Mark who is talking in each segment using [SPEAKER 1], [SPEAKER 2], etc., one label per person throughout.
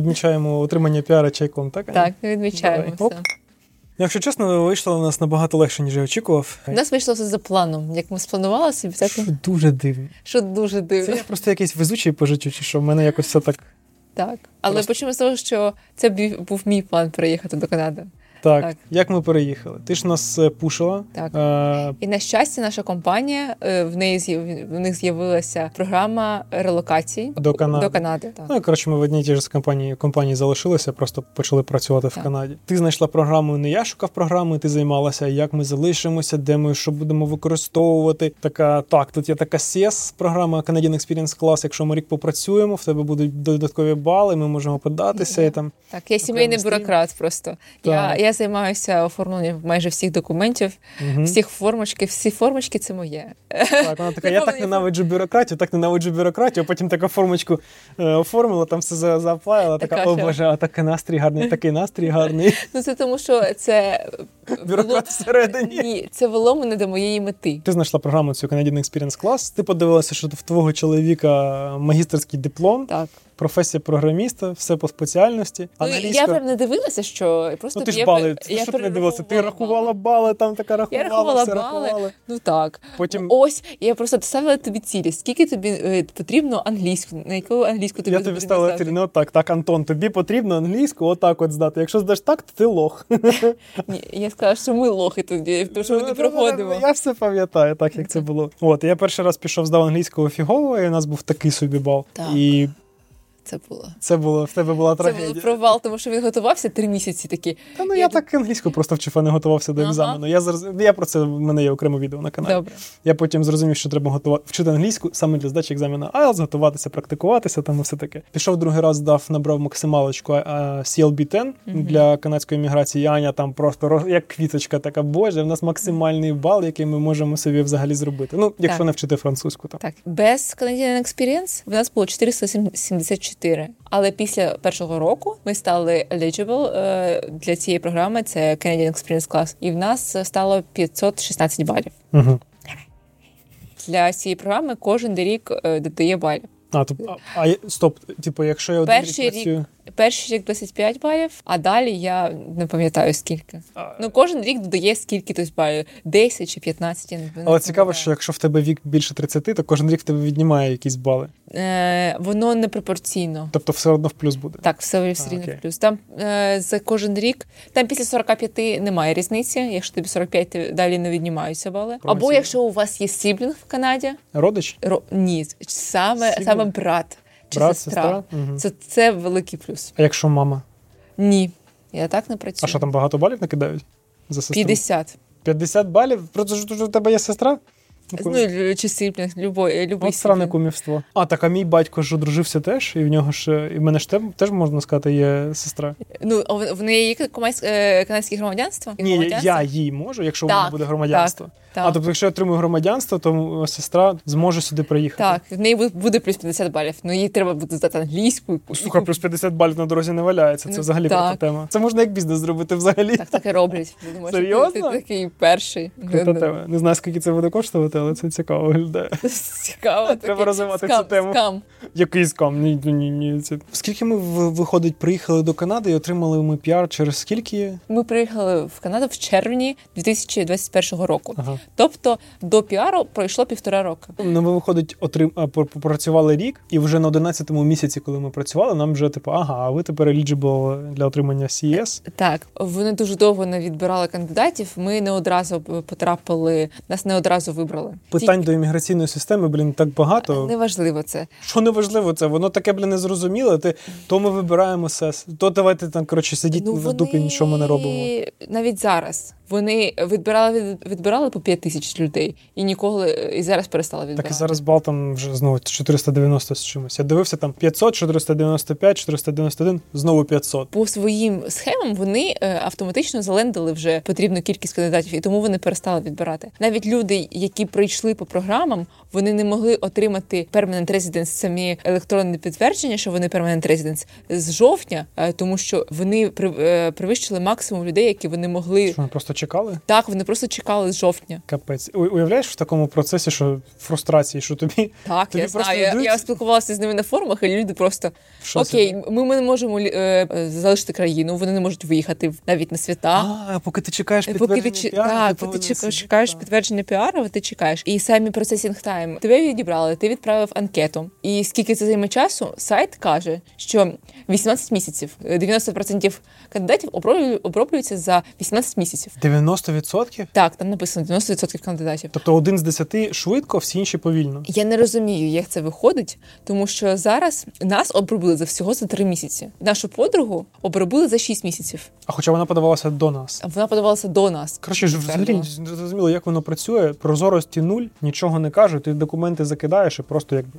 [SPEAKER 1] відмічаємо отримання піара чайком, так? Аня?
[SPEAKER 2] Так, відмічаємо
[SPEAKER 1] Давай.
[SPEAKER 2] все.
[SPEAKER 1] Якщо чесно, вийшло у нас набагато легше, ніж я очікував.
[SPEAKER 2] У нас вийшло все за планом, як ми спланували собі, так
[SPEAKER 1] Що дуже дивно.
[SPEAKER 2] що дуже
[SPEAKER 1] Це
[SPEAKER 2] дивно.
[SPEAKER 1] я просто якийсь везучий по життю, чи що в мене якось все так.
[SPEAKER 2] Так. Але
[SPEAKER 1] Просто-
[SPEAKER 2] почнемо з того, що це бі- був мій план приїхати до Канади.
[SPEAKER 1] Так,
[SPEAKER 2] Так.
[SPEAKER 1] як ми переїхали? Ти ж нас е, пушила.
[SPEAKER 2] Так.
[SPEAKER 1] Е,
[SPEAKER 2] І на щастя, наша компанія е, в неї з'яв- в них з'явилася програма релокації
[SPEAKER 1] До Канади.
[SPEAKER 2] До Канади так.
[SPEAKER 1] Ну, коротше, ми в одній і тій ж компанії, компанії залишилися, просто почали працювати в
[SPEAKER 2] Так.
[SPEAKER 1] Канаді. Ти знайшла програму, не я шукав програми, ти займалася, як ми залишимося, де ми що будемо використовувати. Така так, тут є така CS програма Canadian Experience Class. Якщо ми рік попрацюємо, в тебе будуть додаткові бали, ми можемо податися і там.
[SPEAKER 2] Так, я сімейний
[SPEAKER 1] Окремий
[SPEAKER 2] бюрократ просто. Я,
[SPEAKER 1] Так.
[SPEAKER 2] я займаюся оформленням майже всіх документів,
[SPEAKER 1] Мгм.
[SPEAKER 2] всіх формочки. Всі формочки це моє.
[SPEAKER 1] Так, вона така, я так
[SPEAKER 2] Заповнює
[SPEAKER 1] ненавиджу бюрократію, так ненавиджу бюрократію, а потім таку формочку е, оформила, там все за- заплавила, така,
[SPEAKER 2] Така
[SPEAKER 1] о
[SPEAKER 2] ще.
[SPEAKER 1] боже, а такий настрій гарний, такий настрій гарний.
[SPEAKER 2] Ну це тому, що це було...
[SPEAKER 1] Бюрократ всередині.
[SPEAKER 2] Ні, це вело мене до моєї мети.
[SPEAKER 1] Ти знайшла програму цю Canadian Experience Class, ти подивилася, що в твого чоловіка магістерський диплом,
[SPEAKER 2] Так.
[SPEAKER 1] професія програміста, все по спеціальності.
[SPEAKER 2] Ну,
[SPEAKER 1] Аналізка.
[SPEAKER 2] я прям не дивилася, що я просто
[SPEAKER 1] Ну ти ж
[SPEAKER 2] я-
[SPEAKER 1] бали, ти
[SPEAKER 2] я
[SPEAKER 1] що ти не дивилася? Ти рахувала бали, там така рахувала,
[SPEAKER 2] рахувала
[SPEAKER 1] все
[SPEAKER 2] бали.
[SPEAKER 1] рахувала.
[SPEAKER 2] Ну так.
[SPEAKER 1] Потім
[SPEAKER 2] Ось я просто ставила тобі цілі. Скільки тобі е, потрібно англійську? На яку англійську тобі
[SPEAKER 1] я тобі
[SPEAKER 2] потрібно
[SPEAKER 1] ставила
[SPEAKER 2] здати?
[SPEAKER 1] трі, ну так, так, Антон, тобі потрібно англійську отак от здати. Якщо здаш так, то ти лох.
[SPEAKER 2] Ні, я сказала, що ми лохи тоді, тому що ми не проходимо.
[SPEAKER 1] Ну, Я все пам'ятаю, так як це було. От я перший раз пішов здав англійського фігового, і у нас був такий собі бал.
[SPEAKER 2] Так.
[SPEAKER 1] І
[SPEAKER 2] Це було.
[SPEAKER 1] це було в тебе була
[SPEAKER 2] Це
[SPEAKER 1] трагедія.
[SPEAKER 2] був провал, тому що він готувався три місяці такі.
[SPEAKER 1] Та ну
[SPEAKER 2] Я
[SPEAKER 1] я,
[SPEAKER 2] дум-
[SPEAKER 1] так англійську просто вчив, а не готувався до
[SPEAKER 2] Ага.
[SPEAKER 1] екзамену. Я зараз я про це в мене є окреме відео на каналі.
[SPEAKER 2] Добре.
[SPEAKER 1] Я потім зрозумів, що треба готувати вчити англійську саме для здачі екзамена IELTS, готуватися, практикуватися там і все таке. Пішов другий раз, здав, набрав максималочку а, а, CLB-10 для канадської міграції. І Аня там просто роз- як квіточка, така боже, в нас максимальний бал, який ми можемо собі взагалі зробити. Ну, якщо
[SPEAKER 2] Так.
[SPEAKER 1] не вчити французьку, то
[SPEAKER 2] Так, без Canadian Experience в нас було 474. Але після першого року ми стали eligible е, для цієї програми. Це Canadian Experience Class. І в нас стало 516 балів.
[SPEAKER 1] Угу.
[SPEAKER 2] Для цієї програми кожен рік е, додає балів.
[SPEAKER 1] А, то, а, а я- стоп, типу, якщо я один
[SPEAKER 2] Перший
[SPEAKER 1] рік працюю,
[SPEAKER 2] Перший рік 25 балів, а далі я не пам'ятаю скільки.
[SPEAKER 1] А,
[SPEAKER 2] Ну кожен рік додає скільки тось балів 10 чи 15. Я не не
[SPEAKER 1] але цікаво,
[SPEAKER 2] пам'ятаю.
[SPEAKER 1] що якщо в тебе вік більше 30, то кожен рік в тебе віднімає якісь бали.
[SPEAKER 2] е, воно не пропорційно.
[SPEAKER 1] Тобто все одно в плюс буде.
[SPEAKER 2] Так, все
[SPEAKER 1] А,
[SPEAKER 2] все рівно
[SPEAKER 1] окей.
[SPEAKER 2] в плюс. Там е, за кожен рік, там після 45 немає різниці. Якщо тобі 45, ти далі не віднімаються бали. Або
[SPEAKER 1] Промоційно.
[SPEAKER 2] якщо у вас є сіблінг в Канаді,
[SPEAKER 1] Родич,
[SPEAKER 2] ро, ні, саме,
[SPEAKER 1] Сіблінг?
[SPEAKER 2] саме брат чи
[SPEAKER 1] брат,
[SPEAKER 2] сестра.
[SPEAKER 1] сестра. Мгм.
[SPEAKER 2] Це, це великий плюс.
[SPEAKER 1] А якщо мама?
[SPEAKER 2] Ні, я так не
[SPEAKER 1] А
[SPEAKER 2] працюю.
[SPEAKER 1] що там багато балів накидають? За сестру?
[SPEAKER 2] 50.
[SPEAKER 1] 50 балів? Просто ж у тебе є сестра?
[SPEAKER 2] Ну, лю- чи сіблінг, любой, любий
[SPEAKER 1] От сране
[SPEAKER 2] сіблінг.
[SPEAKER 1] кумівство. А так, а мій батько ж одружився теж, і в нього ж і в мене ж тем- теж можна сказати, є сестра.
[SPEAKER 2] Ну, а в в неї є комайсь- е, канадське громадянство?
[SPEAKER 1] Ні, я-
[SPEAKER 2] Громадянство?
[SPEAKER 1] я їй можу, якщо в
[SPEAKER 2] Так,
[SPEAKER 1] мене буде громадянство.
[SPEAKER 2] Так.
[SPEAKER 1] А тобто, якщо я отримую громадянство, то е, сестра зможе сюди приїхати.
[SPEAKER 2] Так, в неї бу- буде плюс 50 балів. Ну їй треба буде здати англійську. і-
[SPEAKER 1] Слухай, плюс 50 балів на дорозі не валяється. Це
[SPEAKER 2] Ну,
[SPEAKER 1] взагалі
[SPEAKER 2] так.
[SPEAKER 1] крута тема. Це можна як бізнес зробити взагалі.
[SPEAKER 2] Так, так і роблять. Я думаю, що ти-
[SPEAKER 1] Серйозно?
[SPEAKER 2] Ти такий перший.
[SPEAKER 1] Крута тема. Не знаю, скільки це буде коштувати, але це цікаво виглядає.
[SPEAKER 2] Цікаво.
[SPEAKER 1] Треба
[SPEAKER 2] такий
[SPEAKER 1] розвивати
[SPEAKER 2] скам-
[SPEAKER 1] цю тему.
[SPEAKER 2] Скам.
[SPEAKER 1] Якийсь кам. Ні, ні, ні, ні. Це... Скільки ми в- виходить, приїхали до Канади і отримали ми піар через скільки?
[SPEAKER 2] Ми приїхали в Канаду в червні 2021 року.
[SPEAKER 1] Ага.
[SPEAKER 2] Тобто до піару пройшло півтора року.
[SPEAKER 1] Ну, ми виходить, отрим... а, пор- попрацювали рік, і вже на 11-му місяці, коли ми працювали, нам вже типу, ага, а ви тепер eligible для отримання E CS.
[SPEAKER 2] Так, вони дуже довго не відбирали кандидатів. Ми не одразу б- потрапили, нас не одразу вибрали.
[SPEAKER 1] Питань до імміграційної системи, блін, так багато.
[SPEAKER 2] Тільки- неважливо це.
[SPEAKER 1] Що неважливо це, воно таке, блін, незрозуміле. Ти то ми вибираємо сес, то давайте там коротше сидіть
[SPEAKER 2] ну,
[SPEAKER 1] в
[SPEAKER 2] вони...
[SPEAKER 1] дупі, нічого ми не робимо.
[SPEAKER 2] Навіть зараз вони відбирали від- відбирали по 5 тисяч людей і ніколи і зараз перестали відбирати.
[SPEAKER 1] Так і зараз бал там вже знову 490 з чимось. Я дивився там 500, 495, 491, знову 500.
[SPEAKER 2] по своїм схемам вони е, автоматично залендили вже потрібну кількість кандидатів, і тому вони перестали відбирати. Навіть люди, які прийшли по програмам, вони не могли отримати permanent residence, самі електронне підтвердження, що вони permanent residence, з жовтня, е, тому що вони при- е, перевищили максимум людей, які вони могли
[SPEAKER 1] Що ми просто чекали?
[SPEAKER 2] Так, вони просто чекали з жовтня.
[SPEAKER 1] Капець. У- Уявляєш в такому процесі, що фрустрації, що тобі
[SPEAKER 2] Так,
[SPEAKER 1] Тобі
[SPEAKER 2] я
[SPEAKER 1] просто
[SPEAKER 2] знаю. Я,
[SPEAKER 1] йдуть-
[SPEAKER 2] я спілкувалася з ними на форумах, і люди просто
[SPEAKER 1] в шоці.
[SPEAKER 2] окей, ми, ми не можемо лі- е, е, залишити країну, вони не можуть виїхати в- навіть на свята.
[SPEAKER 1] А, поки ти чекаєш
[SPEAKER 2] Е, Поки ти,
[SPEAKER 1] підтвердження
[SPEAKER 2] чи-
[SPEAKER 1] піару,
[SPEAKER 2] так, поки
[SPEAKER 1] повинен
[SPEAKER 2] ти чека-
[SPEAKER 1] сидіти,
[SPEAKER 2] чекаєш
[SPEAKER 1] так.
[SPEAKER 2] підтвердження піару, ти чекаєш. І самі процесінг тайм. Тебе відібрали, ти відправив анкету. І скільки це займе часу, сайт каже, що 18 місяців. Е, 90% кандидатів оброблю- оброблюються за 18 місяців.
[SPEAKER 1] 90%?
[SPEAKER 2] Так, там написано 90% кандидатів.
[SPEAKER 1] Тобто один з десяти швидко, всі інші повільно.
[SPEAKER 2] Я не розумію, як це виходить, тому що зараз нас обробили за всього за три місяці. Нашу подругу обробили за шість місяців.
[SPEAKER 1] А хоча вона подавалася до нас.
[SPEAKER 2] Вона подавалася до нас.
[SPEAKER 1] Коротше, ж взагалі не зрозуміло, як воно працює. Прозорості нуль, нічого не кажуть, ти документи закидаєш і просто якби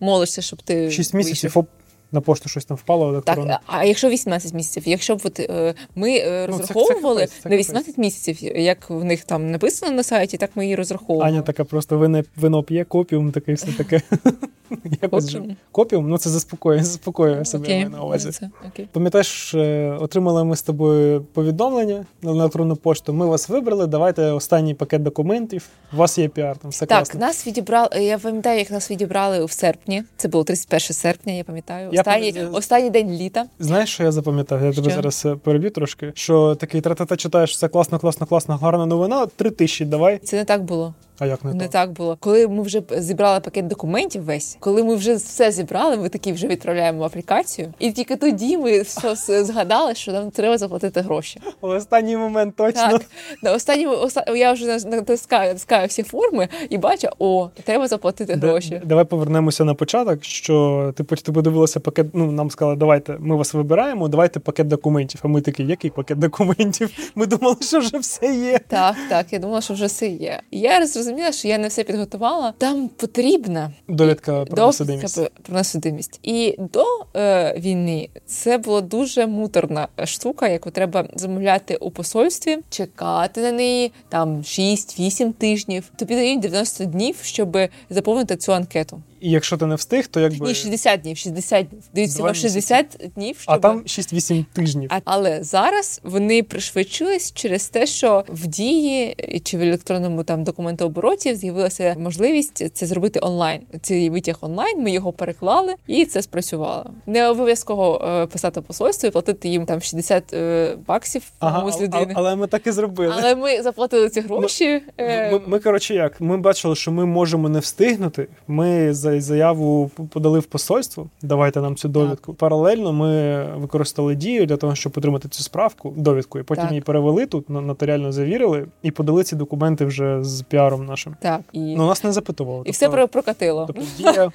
[SPEAKER 2] Молишся, щоб ти
[SPEAKER 1] 6
[SPEAKER 2] Е, вийшов.
[SPEAKER 1] місяців оп, на пошту щось там впало
[SPEAKER 2] Так,
[SPEAKER 1] електронно.
[SPEAKER 2] а- а якщо 18 місяців, якщо б от, е, ми е,
[SPEAKER 1] Ну, це- це
[SPEAKER 2] розраховували
[SPEAKER 1] капець, це
[SPEAKER 2] на
[SPEAKER 1] капець.
[SPEAKER 2] 18 місяців, як в них там написано на сайті, так ми її розраховували.
[SPEAKER 1] Аня така просто вино, вино п'є, копіум такий все таке. Якось же-
[SPEAKER 2] Копіум? Ну,
[SPEAKER 1] Копіум? Ну це заспокоює, заспокоює себе я
[SPEAKER 2] Окей,
[SPEAKER 1] маю на увазі.
[SPEAKER 2] це, окей.
[SPEAKER 1] Пам'ятаєш, е, отримали ми з тобою повідомлення на електронну пошту. Ми вас вибрали. Давайте останній пакет документів. У вас є піар, там все
[SPEAKER 2] Так,
[SPEAKER 1] класно.
[SPEAKER 2] нас відібрали. е, Я пам'ятаю, як нас відібрали в серпні. Це було 31 серпня, я пам'ятаю.
[SPEAKER 1] Я
[SPEAKER 2] Останній,
[SPEAKER 1] пам'ятаю.
[SPEAKER 2] останній день літа.
[SPEAKER 1] Знаєш, що я запам'ятав? Я тебе
[SPEAKER 2] Що?
[SPEAKER 1] зараз е, переб'ю трошки. Що такий тра-та-та читаєш, все класно, класно, класно, гарна новина. Три тисячі, давай.
[SPEAKER 2] Це не так було.
[SPEAKER 1] А як не,
[SPEAKER 2] Не
[SPEAKER 1] так?
[SPEAKER 2] так було. Коли ми вже зібрали пакет документів, весь коли ми вже все зібрали, ми такі вже відправляємо аплікацію, і тільки тоді ми все с- згадали, що нам треба заплатити гроші.
[SPEAKER 1] Але останній момент точно.
[SPEAKER 2] Так на останньому оста- я вже на- натискаю, натискаю всі форми і бачу, о, треба заплатити
[SPEAKER 1] Да-
[SPEAKER 2] гроші.
[SPEAKER 1] да- Давай повернемося на початок. Що типу, ти подивилася пакет. Ну нам сказали, давайте ми вас вибираємо, давайте пакет документів. А ми такі, який пакет документів? Ми думали, що вже все є.
[SPEAKER 2] Так, так, я думала, що вже все є. Я зрозуміла, що я не все підготувала. Там потрібна
[SPEAKER 1] Довідка про
[SPEAKER 2] довідка
[SPEAKER 1] несудимість.
[SPEAKER 2] про- про несудимість. І до е, війни це була дуже муторна штука, яку треба замовляти у посольстві, чекати на неї там 6-8 тижнів. Тобі дають 90 днів, щоб заповнити цю анкету.
[SPEAKER 1] І якщо ти не встиг, то якби.
[SPEAKER 2] Ні, 60 днів, 60 днів. Дають
[SPEAKER 1] Два
[SPEAKER 2] всього 60 днів, щоб
[SPEAKER 1] А там 6-8 тижнів.
[SPEAKER 2] А- але зараз вони пришвидшились через те, що в дії чи в електронному там документообороті з'явилася можливість це зробити онлайн. Цей витяг онлайн. Ми його переклали, і це спрацювало. Не обов'язково е, писати посольство і платити їм там 60 е, баксів
[SPEAKER 1] Ага,
[SPEAKER 2] комусь
[SPEAKER 1] а- а-
[SPEAKER 2] людини.
[SPEAKER 1] але ми так і зробили.
[SPEAKER 2] Але ми заплатили ці гроші. е,
[SPEAKER 1] Ми, ми коротше, як ми бачили, що ми можемо не встигнути. Ми за- заяву п- подали в посольство. Давайте нам цю довідку. Паралельно ми використали дію для того, щоб отримати цю справку, довідку, і потім
[SPEAKER 2] Так.
[SPEAKER 1] її перевели тут, на- нотаріально завірили і подали ці документи вже з піаром нашим.
[SPEAKER 2] Так і,
[SPEAKER 1] Ну нас не запитували.
[SPEAKER 2] і все про- прокатило.
[SPEAKER 1] тобто дія,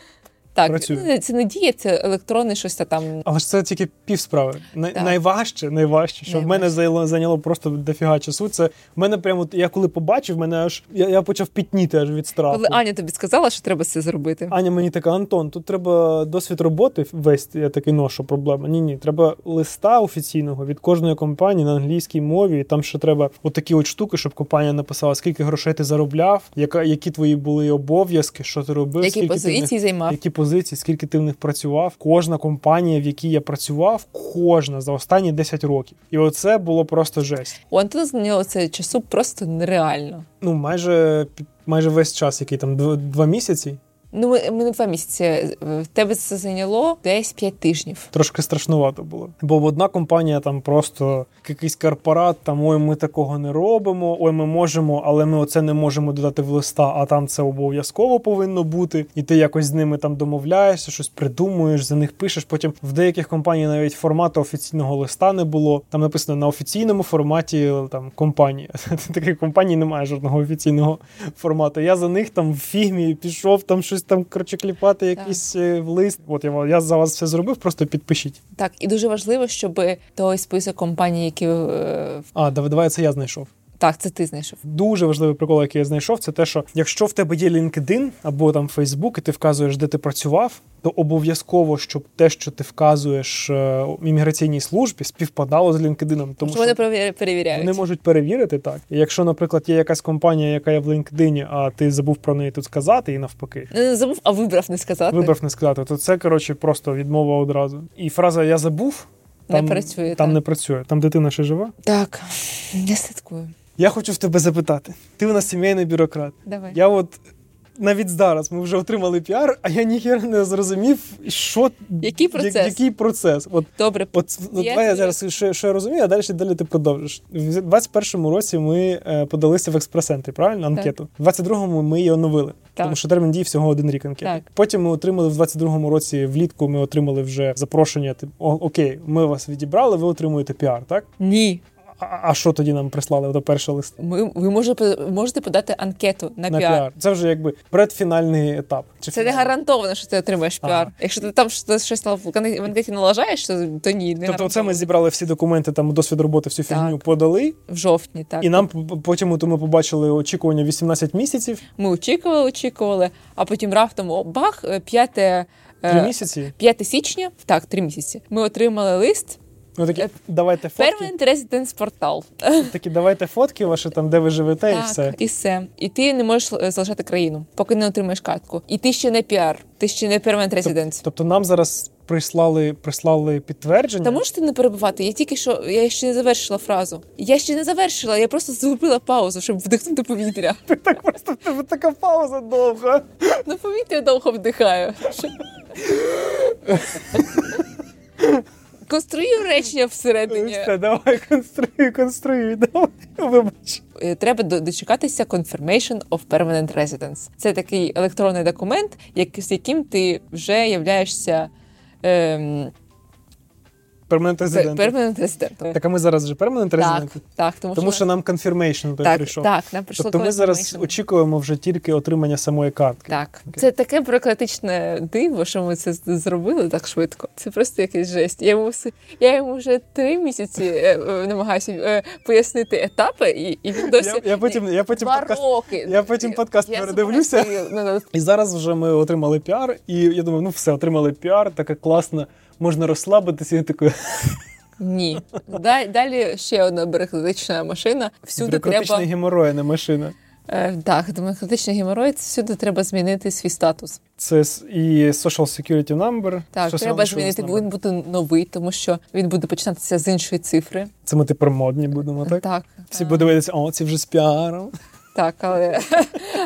[SPEAKER 2] так
[SPEAKER 1] працює.
[SPEAKER 2] ну, це не діє, це електронне щось та там.
[SPEAKER 1] але ж це тільки пів справи. Най-
[SPEAKER 2] Так.
[SPEAKER 1] найважче, найважче, що в мене
[SPEAKER 2] Найважче.
[SPEAKER 1] зайло- зайняло просто дофіга часу. Це в мене прямо от я коли побачив, мене аж я, я почав пітніти аж від страху.
[SPEAKER 2] Коли Аня тобі сказала, що треба це зробити.
[SPEAKER 1] Аня мені така, Антон, тут треба досвід роботи весь. Я такий ношу проблема. Ні, ні, треба листа офіційного від кожної компанії на англійській мові. І там ще треба отакі от штуки, щоб компанія написала, скільки грошей ти заробляв, яка які твої були обов'язки, що ти робив,
[SPEAKER 2] Які
[SPEAKER 1] скільки ти в них-
[SPEAKER 2] позиції займав?
[SPEAKER 1] які позиції, скільки ти в них працював? Кожна компанія, в якій я працював, кожна за останні 10 років. І оце було просто жесть.
[SPEAKER 2] У Антона зайняло це часу просто нереально.
[SPEAKER 1] Ну майже майже весь час, який там дв- два місяці.
[SPEAKER 2] Ну, ми, ми не два місяці. е, В тебе це зайняло десь п'ять тижнів.
[SPEAKER 1] трошки страшнувато було. Бо одна компанія там просто якийсь корпорат, там ой, ми такого не робимо, ой, ми можемо, але ми оце не можемо додати в листа, а там це обов'язково повинно бути. І ти якось з ними там домовляєшся, щось придумуєш, за них пишеш. Потім в деяких компаній навіть формату офіційного листа не було. Там написано на офіційному форматі там компанії. Таких компаній немає жодного офіційного формату. Я за них там в фігмі пішов там щось там коротше, кліпати, якийсь е, лист. От я, вам- я за вас все зробив, просто підпишіть.
[SPEAKER 2] Так, і дуже важливо, щоб той список компаній, які е,
[SPEAKER 1] А, давай, давай це я знайшов.
[SPEAKER 2] так, це ти знайшов.
[SPEAKER 1] Дуже важливий прикол, який я знайшов, це те, що якщо в тебе є LinkedIn або там Facebook, і ти вказуєш, де ти працював, то обов'язково, щоб те, що ти вказуєш е, в імміграційній службі, співпадало з LinkedIn. Тому
[SPEAKER 2] Тому що вони перевір- перевіряють.
[SPEAKER 1] Вони можуть перевірити так. І якщо, наприклад, є якась компанія, яка є в LinkedIn, а ти забув про неї тут сказати, і навпаки.
[SPEAKER 2] Ну, Не, не забув, а вибрав не сказати.
[SPEAKER 1] Вибрав не сказати, то це коротше просто відмова одразу. І фраза Я забув
[SPEAKER 2] Не
[SPEAKER 1] Там
[SPEAKER 2] працює, так.
[SPEAKER 1] не працює. Там дитина ще жива.
[SPEAKER 2] Так, я слідкую.
[SPEAKER 1] Я хочу в тебе запитати. Ти у нас сімейний бюрократ.
[SPEAKER 2] Давай.
[SPEAKER 1] Я от навіть зараз ми вже отримали піар, а я ніхера не зрозумів, що
[SPEAKER 2] Який процес?
[SPEAKER 1] я- який процес. От
[SPEAKER 2] Добре,
[SPEAKER 1] От, от
[SPEAKER 2] Я
[SPEAKER 1] давай я
[SPEAKER 2] тебе-
[SPEAKER 1] зараз що, що я розумію, а далі далі ти продовжиш. В 21-му році ми е, подалися в експрес-центрі, правильно?
[SPEAKER 2] Так.
[SPEAKER 1] Анкету. В 22-му ми її оновили,
[SPEAKER 2] Так.
[SPEAKER 1] тому що термін дії всього один рік анкети.
[SPEAKER 2] Так.
[SPEAKER 1] Потім ми отримали в 22-му році влітку. Ми отримали вже запрошення. Типу, «О, окей, ми вас відібрали, ви отримуєте піар, так?
[SPEAKER 2] ні.
[SPEAKER 1] А, а що тоді нам прислали до першого листа?
[SPEAKER 2] Ми, ви можете, можете подати анкету на,
[SPEAKER 1] На
[SPEAKER 2] піар.
[SPEAKER 1] піар. Це вже якби предфінальний етап. Чи
[SPEAKER 2] Це не
[SPEAKER 1] фінальний?
[SPEAKER 2] гарантовано, що ти отримаєш піар.
[SPEAKER 1] Ага.
[SPEAKER 2] Якщо ти там щось щось на- в анкеті налажаєш, то, то ні, не
[SPEAKER 1] Тобто, це
[SPEAKER 2] гарантовано.
[SPEAKER 1] ми зібрали всі документи, там досвід роботи, всю
[SPEAKER 2] Так.
[SPEAKER 1] фігню подали,
[SPEAKER 2] в жовтні, так.
[SPEAKER 1] і нам п- потім то ми побачили очікування 18 місяців.
[SPEAKER 2] Ми очікували, очікували, а потім раптом о, бах, е, 5,
[SPEAKER 1] Три місяці.
[SPEAKER 2] 5 січня, так, три місяці. Ми отримали лист.
[SPEAKER 1] Ну такі,
[SPEAKER 2] Е,
[SPEAKER 1] давайте фотки,
[SPEAKER 2] Permanent Residence Portal.
[SPEAKER 1] такі, давайте фотки ваші там, де ви живете, і все.
[SPEAKER 2] і все. І ти не можеш е, залишати країну, поки не отримаєш картку. І ти ще не піар, ти ще не Permanent Residence.
[SPEAKER 1] Тобто нам зараз прислали, прислали підтвердження.
[SPEAKER 2] Та можете не перебувати? Я тільки що я ще не завершила фразу. Я ще не завершила, я просто зробила паузу, щоб вдихнути повітря.
[SPEAKER 1] Так просто в тебе така пауза довга.
[SPEAKER 2] Ну, повітря довго вдихаю. Конструюю речення всередині.
[SPEAKER 1] Все, давай, конструюй, конструюй, давай. Вибач.
[SPEAKER 2] Е, Треба до- дочекатися Confirmation of Permanent Residence. Це такий електронний документ, як, з яким ти вже являєшся ем,
[SPEAKER 1] Перманент
[SPEAKER 2] пе-
[SPEAKER 1] резидент.
[SPEAKER 2] Permanent Resident.
[SPEAKER 1] Так, а ми зараз вже перманент
[SPEAKER 2] Так,
[SPEAKER 1] резидент.
[SPEAKER 2] так, тому,
[SPEAKER 1] Тому
[SPEAKER 2] що
[SPEAKER 1] що нам конфірмейшн той
[SPEAKER 2] так,
[SPEAKER 1] прийшов.
[SPEAKER 2] так, нам прийшло
[SPEAKER 1] тобто ми зараз
[SPEAKER 2] confirmation.
[SPEAKER 1] очікуємо вже тільки отримання самої картки.
[SPEAKER 2] Так,
[SPEAKER 1] Окей.
[SPEAKER 2] це таке бюрократичне диво, що ми це з- зробили так швидко. Це просто якась жесть. Я йому все- я йому вже три місяці е, е, намагаюся е, пояснити етапи, і, і він досі
[SPEAKER 1] Я, я потім, я потім
[SPEAKER 2] два
[SPEAKER 1] подкаст
[SPEAKER 2] роки.
[SPEAKER 1] я потім подкаст передивлюся.
[SPEAKER 2] зупинилась, ну, ну,
[SPEAKER 1] І зараз вже ми отримали піар, і я думаю, ну все, отримали піар, таке класно, можна розслабитися. І такою
[SPEAKER 2] Ні. Далі, далі ще одна бюрократична машина. Всюди
[SPEAKER 1] бюрократичний
[SPEAKER 2] треба
[SPEAKER 1] геморой, а не машина.
[SPEAKER 2] е, так, демократичний геморрой, це всюди треба змінити свій статус.
[SPEAKER 1] Це с- і social security number.
[SPEAKER 2] Так,
[SPEAKER 1] Social
[SPEAKER 2] треба
[SPEAKER 1] insurance
[SPEAKER 2] змінити,
[SPEAKER 1] number.
[SPEAKER 2] бо він буде новий, тому що він буде починатися з іншої цифри.
[SPEAKER 1] Це ми тепер модні будемо, Ну, так?
[SPEAKER 2] так.
[SPEAKER 1] Всі будуть дивитися, о, ці вже з піаром.
[SPEAKER 2] Так, але,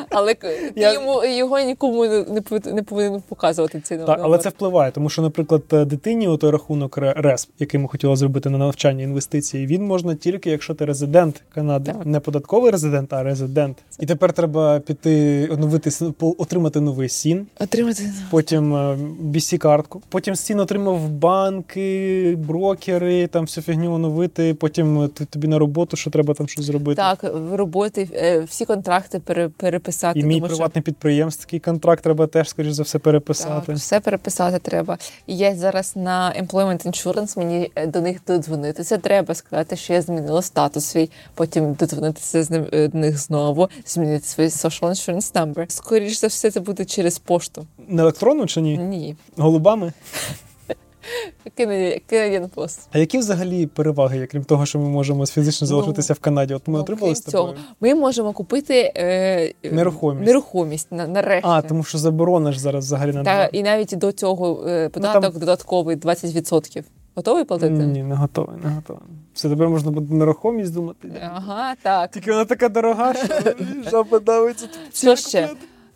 [SPEAKER 2] але ти
[SPEAKER 1] Я-
[SPEAKER 2] йому його нікому не, не пов- не повинен показувати цей
[SPEAKER 1] Так,
[SPEAKER 2] номер.
[SPEAKER 1] але це впливає, тому що, наприклад, е, дитині у той рахунок ре- РЕСП, який ми хотіли зробити на навчання інвестиції, він можна тільки, якщо ти резидент Канади,
[SPEAKER 2] Так.
[SPEAKER 1] не податковий резидент, а резидент. І тепер треба піти оновити с- по- отримати новий сін.
[SPEAKER 2] отримати
[SPEAKER 1] Потім bc картку Потім Стін отримав банки, брокери, там всю фігню оновити. Потім ти- тобі на роботу, що треба там щось зробити.
[SPEAKER 2] так в роботи е, всі контракти пере, переписати.
[SPEAKER 1] І мій
[SPEAKER 2] тому що-
[SPEAKER 1] приватний підприємський контракт треба теж, скоріш за все, переписати.
[SPEAKER 2] Так, все переписати треба. І я зараз на Employment Insurance, мені е, до них додзвонитися треба, сказати, що я змінила статус свій, потім додзвонитися з ним- е, до них знову, змінити свій social insurance number. Скоріше за все, це буде через пошту.
[SPEAKER 1] На електронну чи ні?
[SPEAKER 2] Ні.
[SPEAKER 1] Голубами?
[SPEAKER 2] Кине Canadian Post.
[SPEAKER 1] А які взагалі переваги, є, крім того, що ми можемо фізично
[SPEAKER 2] Ну,
[SPEAKER 1] залишитися в Канаді? От ми
[SPEAKER 2] Ну,
[SPEAKER 1] отримали
[SPEAKER 2] крім
[SPEAKER 1] з тобою.
[SPEAKER 2] цього, Ми можемо купити е, е,
[SPEAKER 1] Нерухомість.
[SPEAKER 2] нерухомість на, нарешті.
[SPEAKER 1] А, тому що заборона ж зараз взагалі на
[SPEAKER 2] Та,
[SPEAKER 1] два.
[SPEAKER 2] і навіть до цього е,
[SPEAKER 1] Ну,
[SPEAKER 2] податок додатковий 20%. Готовий платити?
[SPEAKER 1] Ні, не готовий, не готовий. Все, тепер можна буде нерухомість
[SPEAKER 2] Е.
[SPEAKER 1] думати.
[SPEAKER 2] Ага, так.
[SPEAKER 1] Тільки вона така дорога, що жаба давиться.
[SPEAKER 2] Що ще?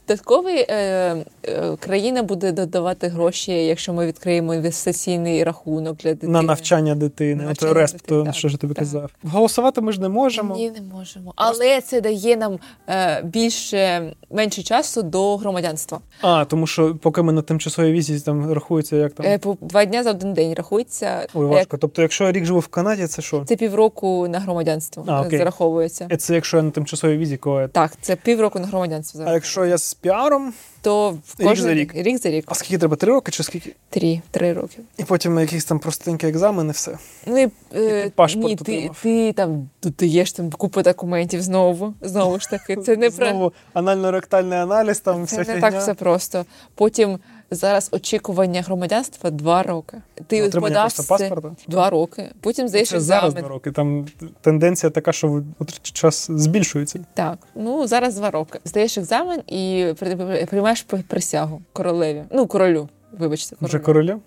[SPEAKER 2] Додатковий е, е, країна буде додавати гроші, якщо ми відкриємо інвестиційний рахунок для дитини.
[SPEAKER 1] на навчання дитини,
[SPEAKER 2] На
[SPEAKER 1] от
[SPEAKER 2] навчання
[SPEAKER 1] респ,
[SPEAKER 2] дитини,
[SPEAKER 1] то
[SPEAKER 2] так,
[SPEAKER 1] що ж я тобі
[SPEAKER 2] так.
[SPEAKER 1] казав. Голосувати ми ж не можемо.
[SPEAKER 2] Ні, не можемо. Але це дає нам е, більше менше часу до громадянства.
[SPEAKER 1] А, тому що поки ми на тимчасовій візі там рахується, як там.
[SPEAKER 2] Е, по два дня за один день рахується.
[SPEAKER 1] Ой,
[SPEAKER 2] Е,
[SPEAKER 1] важко. Тобто, якщо я рік живу в Канаді, це що?
[SPEAKER 2] Це півроку на громадянство
[SPEAKER 1] А,
[SPEAKER 2] е,
[SPEAKER 1] окей.
[SPEAKER 2] зараховується.
[SPEAKER 1] Е, Це якщо я на тимчасовій візі, коли. я-
[SPEAKER 2] Так, це півроку на громадянство
[SPEAKER 1] А
[SPEAKER 2] зараз.
[SPEAKER 1] якщо я з піаром,
[SPEAKER 2] То в
[SPEAKER 1] Рік
[SPEAKER 2] кожен
[SPEAKER 1] за рік.
[SPEAKER 2] рік за рік.
[SPEAKER 1] а скільки треба? Три роки чи скільки?
[SPEAKER 2] Три, три роки.
[SPEAKER 1] І потім якісь там простенькі екзамени, все.
[SPEAKER 2] Ну і, е,
[SPEAKER 1] ти паспорт
[SPEAKER 2] ні, ти,
[SPEAKER 1] отримав.
[SPEAKER 2] ти там додаєш там купу документів знову. Знову ж таки, це не про
[SPEAKER 1] Знову анально-ректальний аналіз, там
[SPEAKER 2] це
[SPEAKER 1] вся
[SPEAKER 2] не
[SPEAKER 1] фігня.
[SPEAKER 2] так все просто. Потім зараз очікування громадянства два роки. Ти от
[SPEAKER 1] Отримання
[SPEAKER 2] подав
[SPEAKER 1] просто
[SPEAKER 2] це-
[SPEAKER 1] паспорта?
[SPEAKER 2] два роки. Потім здаєш
[SPEAKER 1] Це зараз
[SPEAKER 2] екзамен.
[SPEAKER 1] два роки. Там тенденція така, що ви- от час збільшується.
[SPEAKER 2] Так, ну зараз два роки. Здаєш екзамен і при- приймаєш присягу королеві. Ну королю. Вибачте,
[SPEAKER 1] Вже
[SPEAKER 2] королю.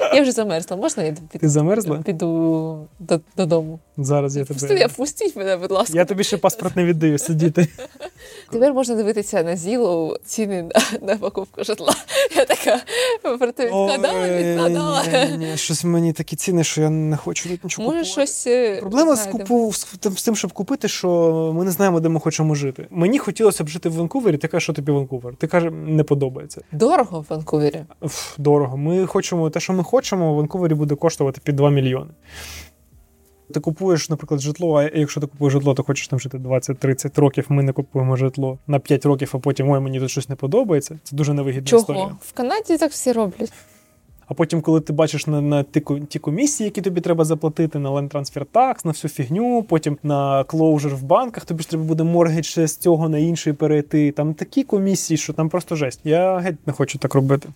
[SPEAKER 1] королю.
[SPEAKER 2] Я вже замерзла. Можна я
[SPEAKER 1] Ти
[SPEAKER 2] під-
[SPEAKER 1] замерзла?
[SPEAKER 2] піду до- додому?
[SPEAKER 1] Зараз я
[SPEAKER 2] Пусти,
[SPEAKER 1] тебе.
[SPEAKER 2] пустіть мене, будь ласка.
[SPEAKER 1] Я тобі ще паспорт не віддаю сидіти.
[SPEAKER 2] Тепер можна дивитися на зіло ціни на, на покупку житла. Я така проте відкладала,
[SPEAKER 1] Ой,
[SPEAKER 2] відкладала.
[SPEAKER 1] ні, ні, ні, Щось мені такі ціни, що я не хочу тут нічого
[SPEAKER 2] Може,
[SPEAKER 1] купувати.
[SPEAKER 2] щось е,
[SPEAKER 1] Проблема з,
[SPEAKER 2] знайдемо.
[SPEAKER 1] купу, з тим- з тим, щоб купити, що ми не знаємо, де ми хочемо жити. Мені хотілося б жити в Ванкувері. Ти кажеш, що тобі Ванкувер? Ти кажеш, не подобається.
[SPEAKER 2] дорого в Ванкувері.
[SPEAKER 1] Ф, дорого. Ми хочемо те, що ми хочемо, в Ванкувері буде коштувати під 2 мільйони. Ти купуєш, наприклад, житло, а якщо ти купуєш житло, то хочеш там жити 20-30 років. Ми не купуємо житло на 5 років, а потім ой, мені тут щось не подобається. Це дуже невигідна історія.
[SPEAKER 2] Чого? В Канаді так всі роблять.
[SPEAKER 1] А потім, коли ти бачиш на, на ті, ко- ті комісії, які тобі треба заплатити, на Land Transfer Tax, на всю фігню, потім на клоужер в банках, тобі ж треба буде моргідж ще з цього на інший перейти. Там такі комісії, що там просто жесть. Я геть не хочу так робити.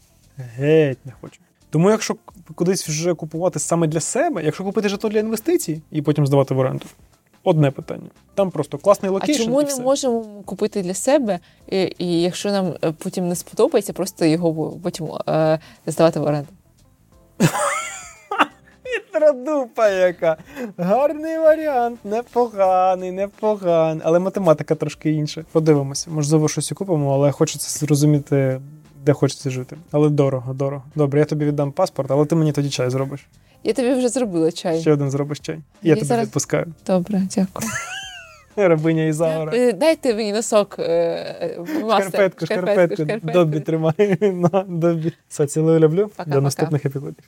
[SPEAKER 1] Геть не хочу. Тому, якщо к- кудись вже купувати саме для себе, якщо купити житло для інвестицій і потім здавати в оренду, одне питання. Там просто класний
[SPEAKER 2] А
[SPEAKER 1] локейшн.
[SPEAKER 2] чому
[SPEAKER 1] і
[SPEAKER 2] не
[SPEAKER 1] все.
[SPEAKER 2] можемо купити для себе? І, і якщо нам е, потім не сподобається, просто його потім е, здавати в оренду.
[SPEAKER 1] Хитродупа яка. Гарний варіант, непоганий, непоганий. Але математика трошки інша. Подивимося, можливо, щось і купимо, але хочеться зрозуміти, де хочеться жити. Але дорого, дорого. Добре, я тобі віддам паспорт, але ти мені тоді чай зробиш.
[SPEAKER 2] Я тобі вже зробила чай.
[SPEAKER 1] Ще один зробиш чай. Я
[SPEAKER 2] Я
[SPEAKER 1] тебе
[SPEAKER 2] зараз-
[SPEAKER 1] відпускаю.
[SPEAKER 2] Добре, дякую.
[SPEAKER 1] Рабиня Ізаура.
[SPEAKER 2] Е, Дайте мені носок. е, е, мастер.
[SPEAKER 1] Шкарпетку, шкарпетку. Добі тримай. На, добі. Все, цілую люблю.
[SPEAKER 2] Пока-пока.
[SPEAKER 1] До наступних епізодів.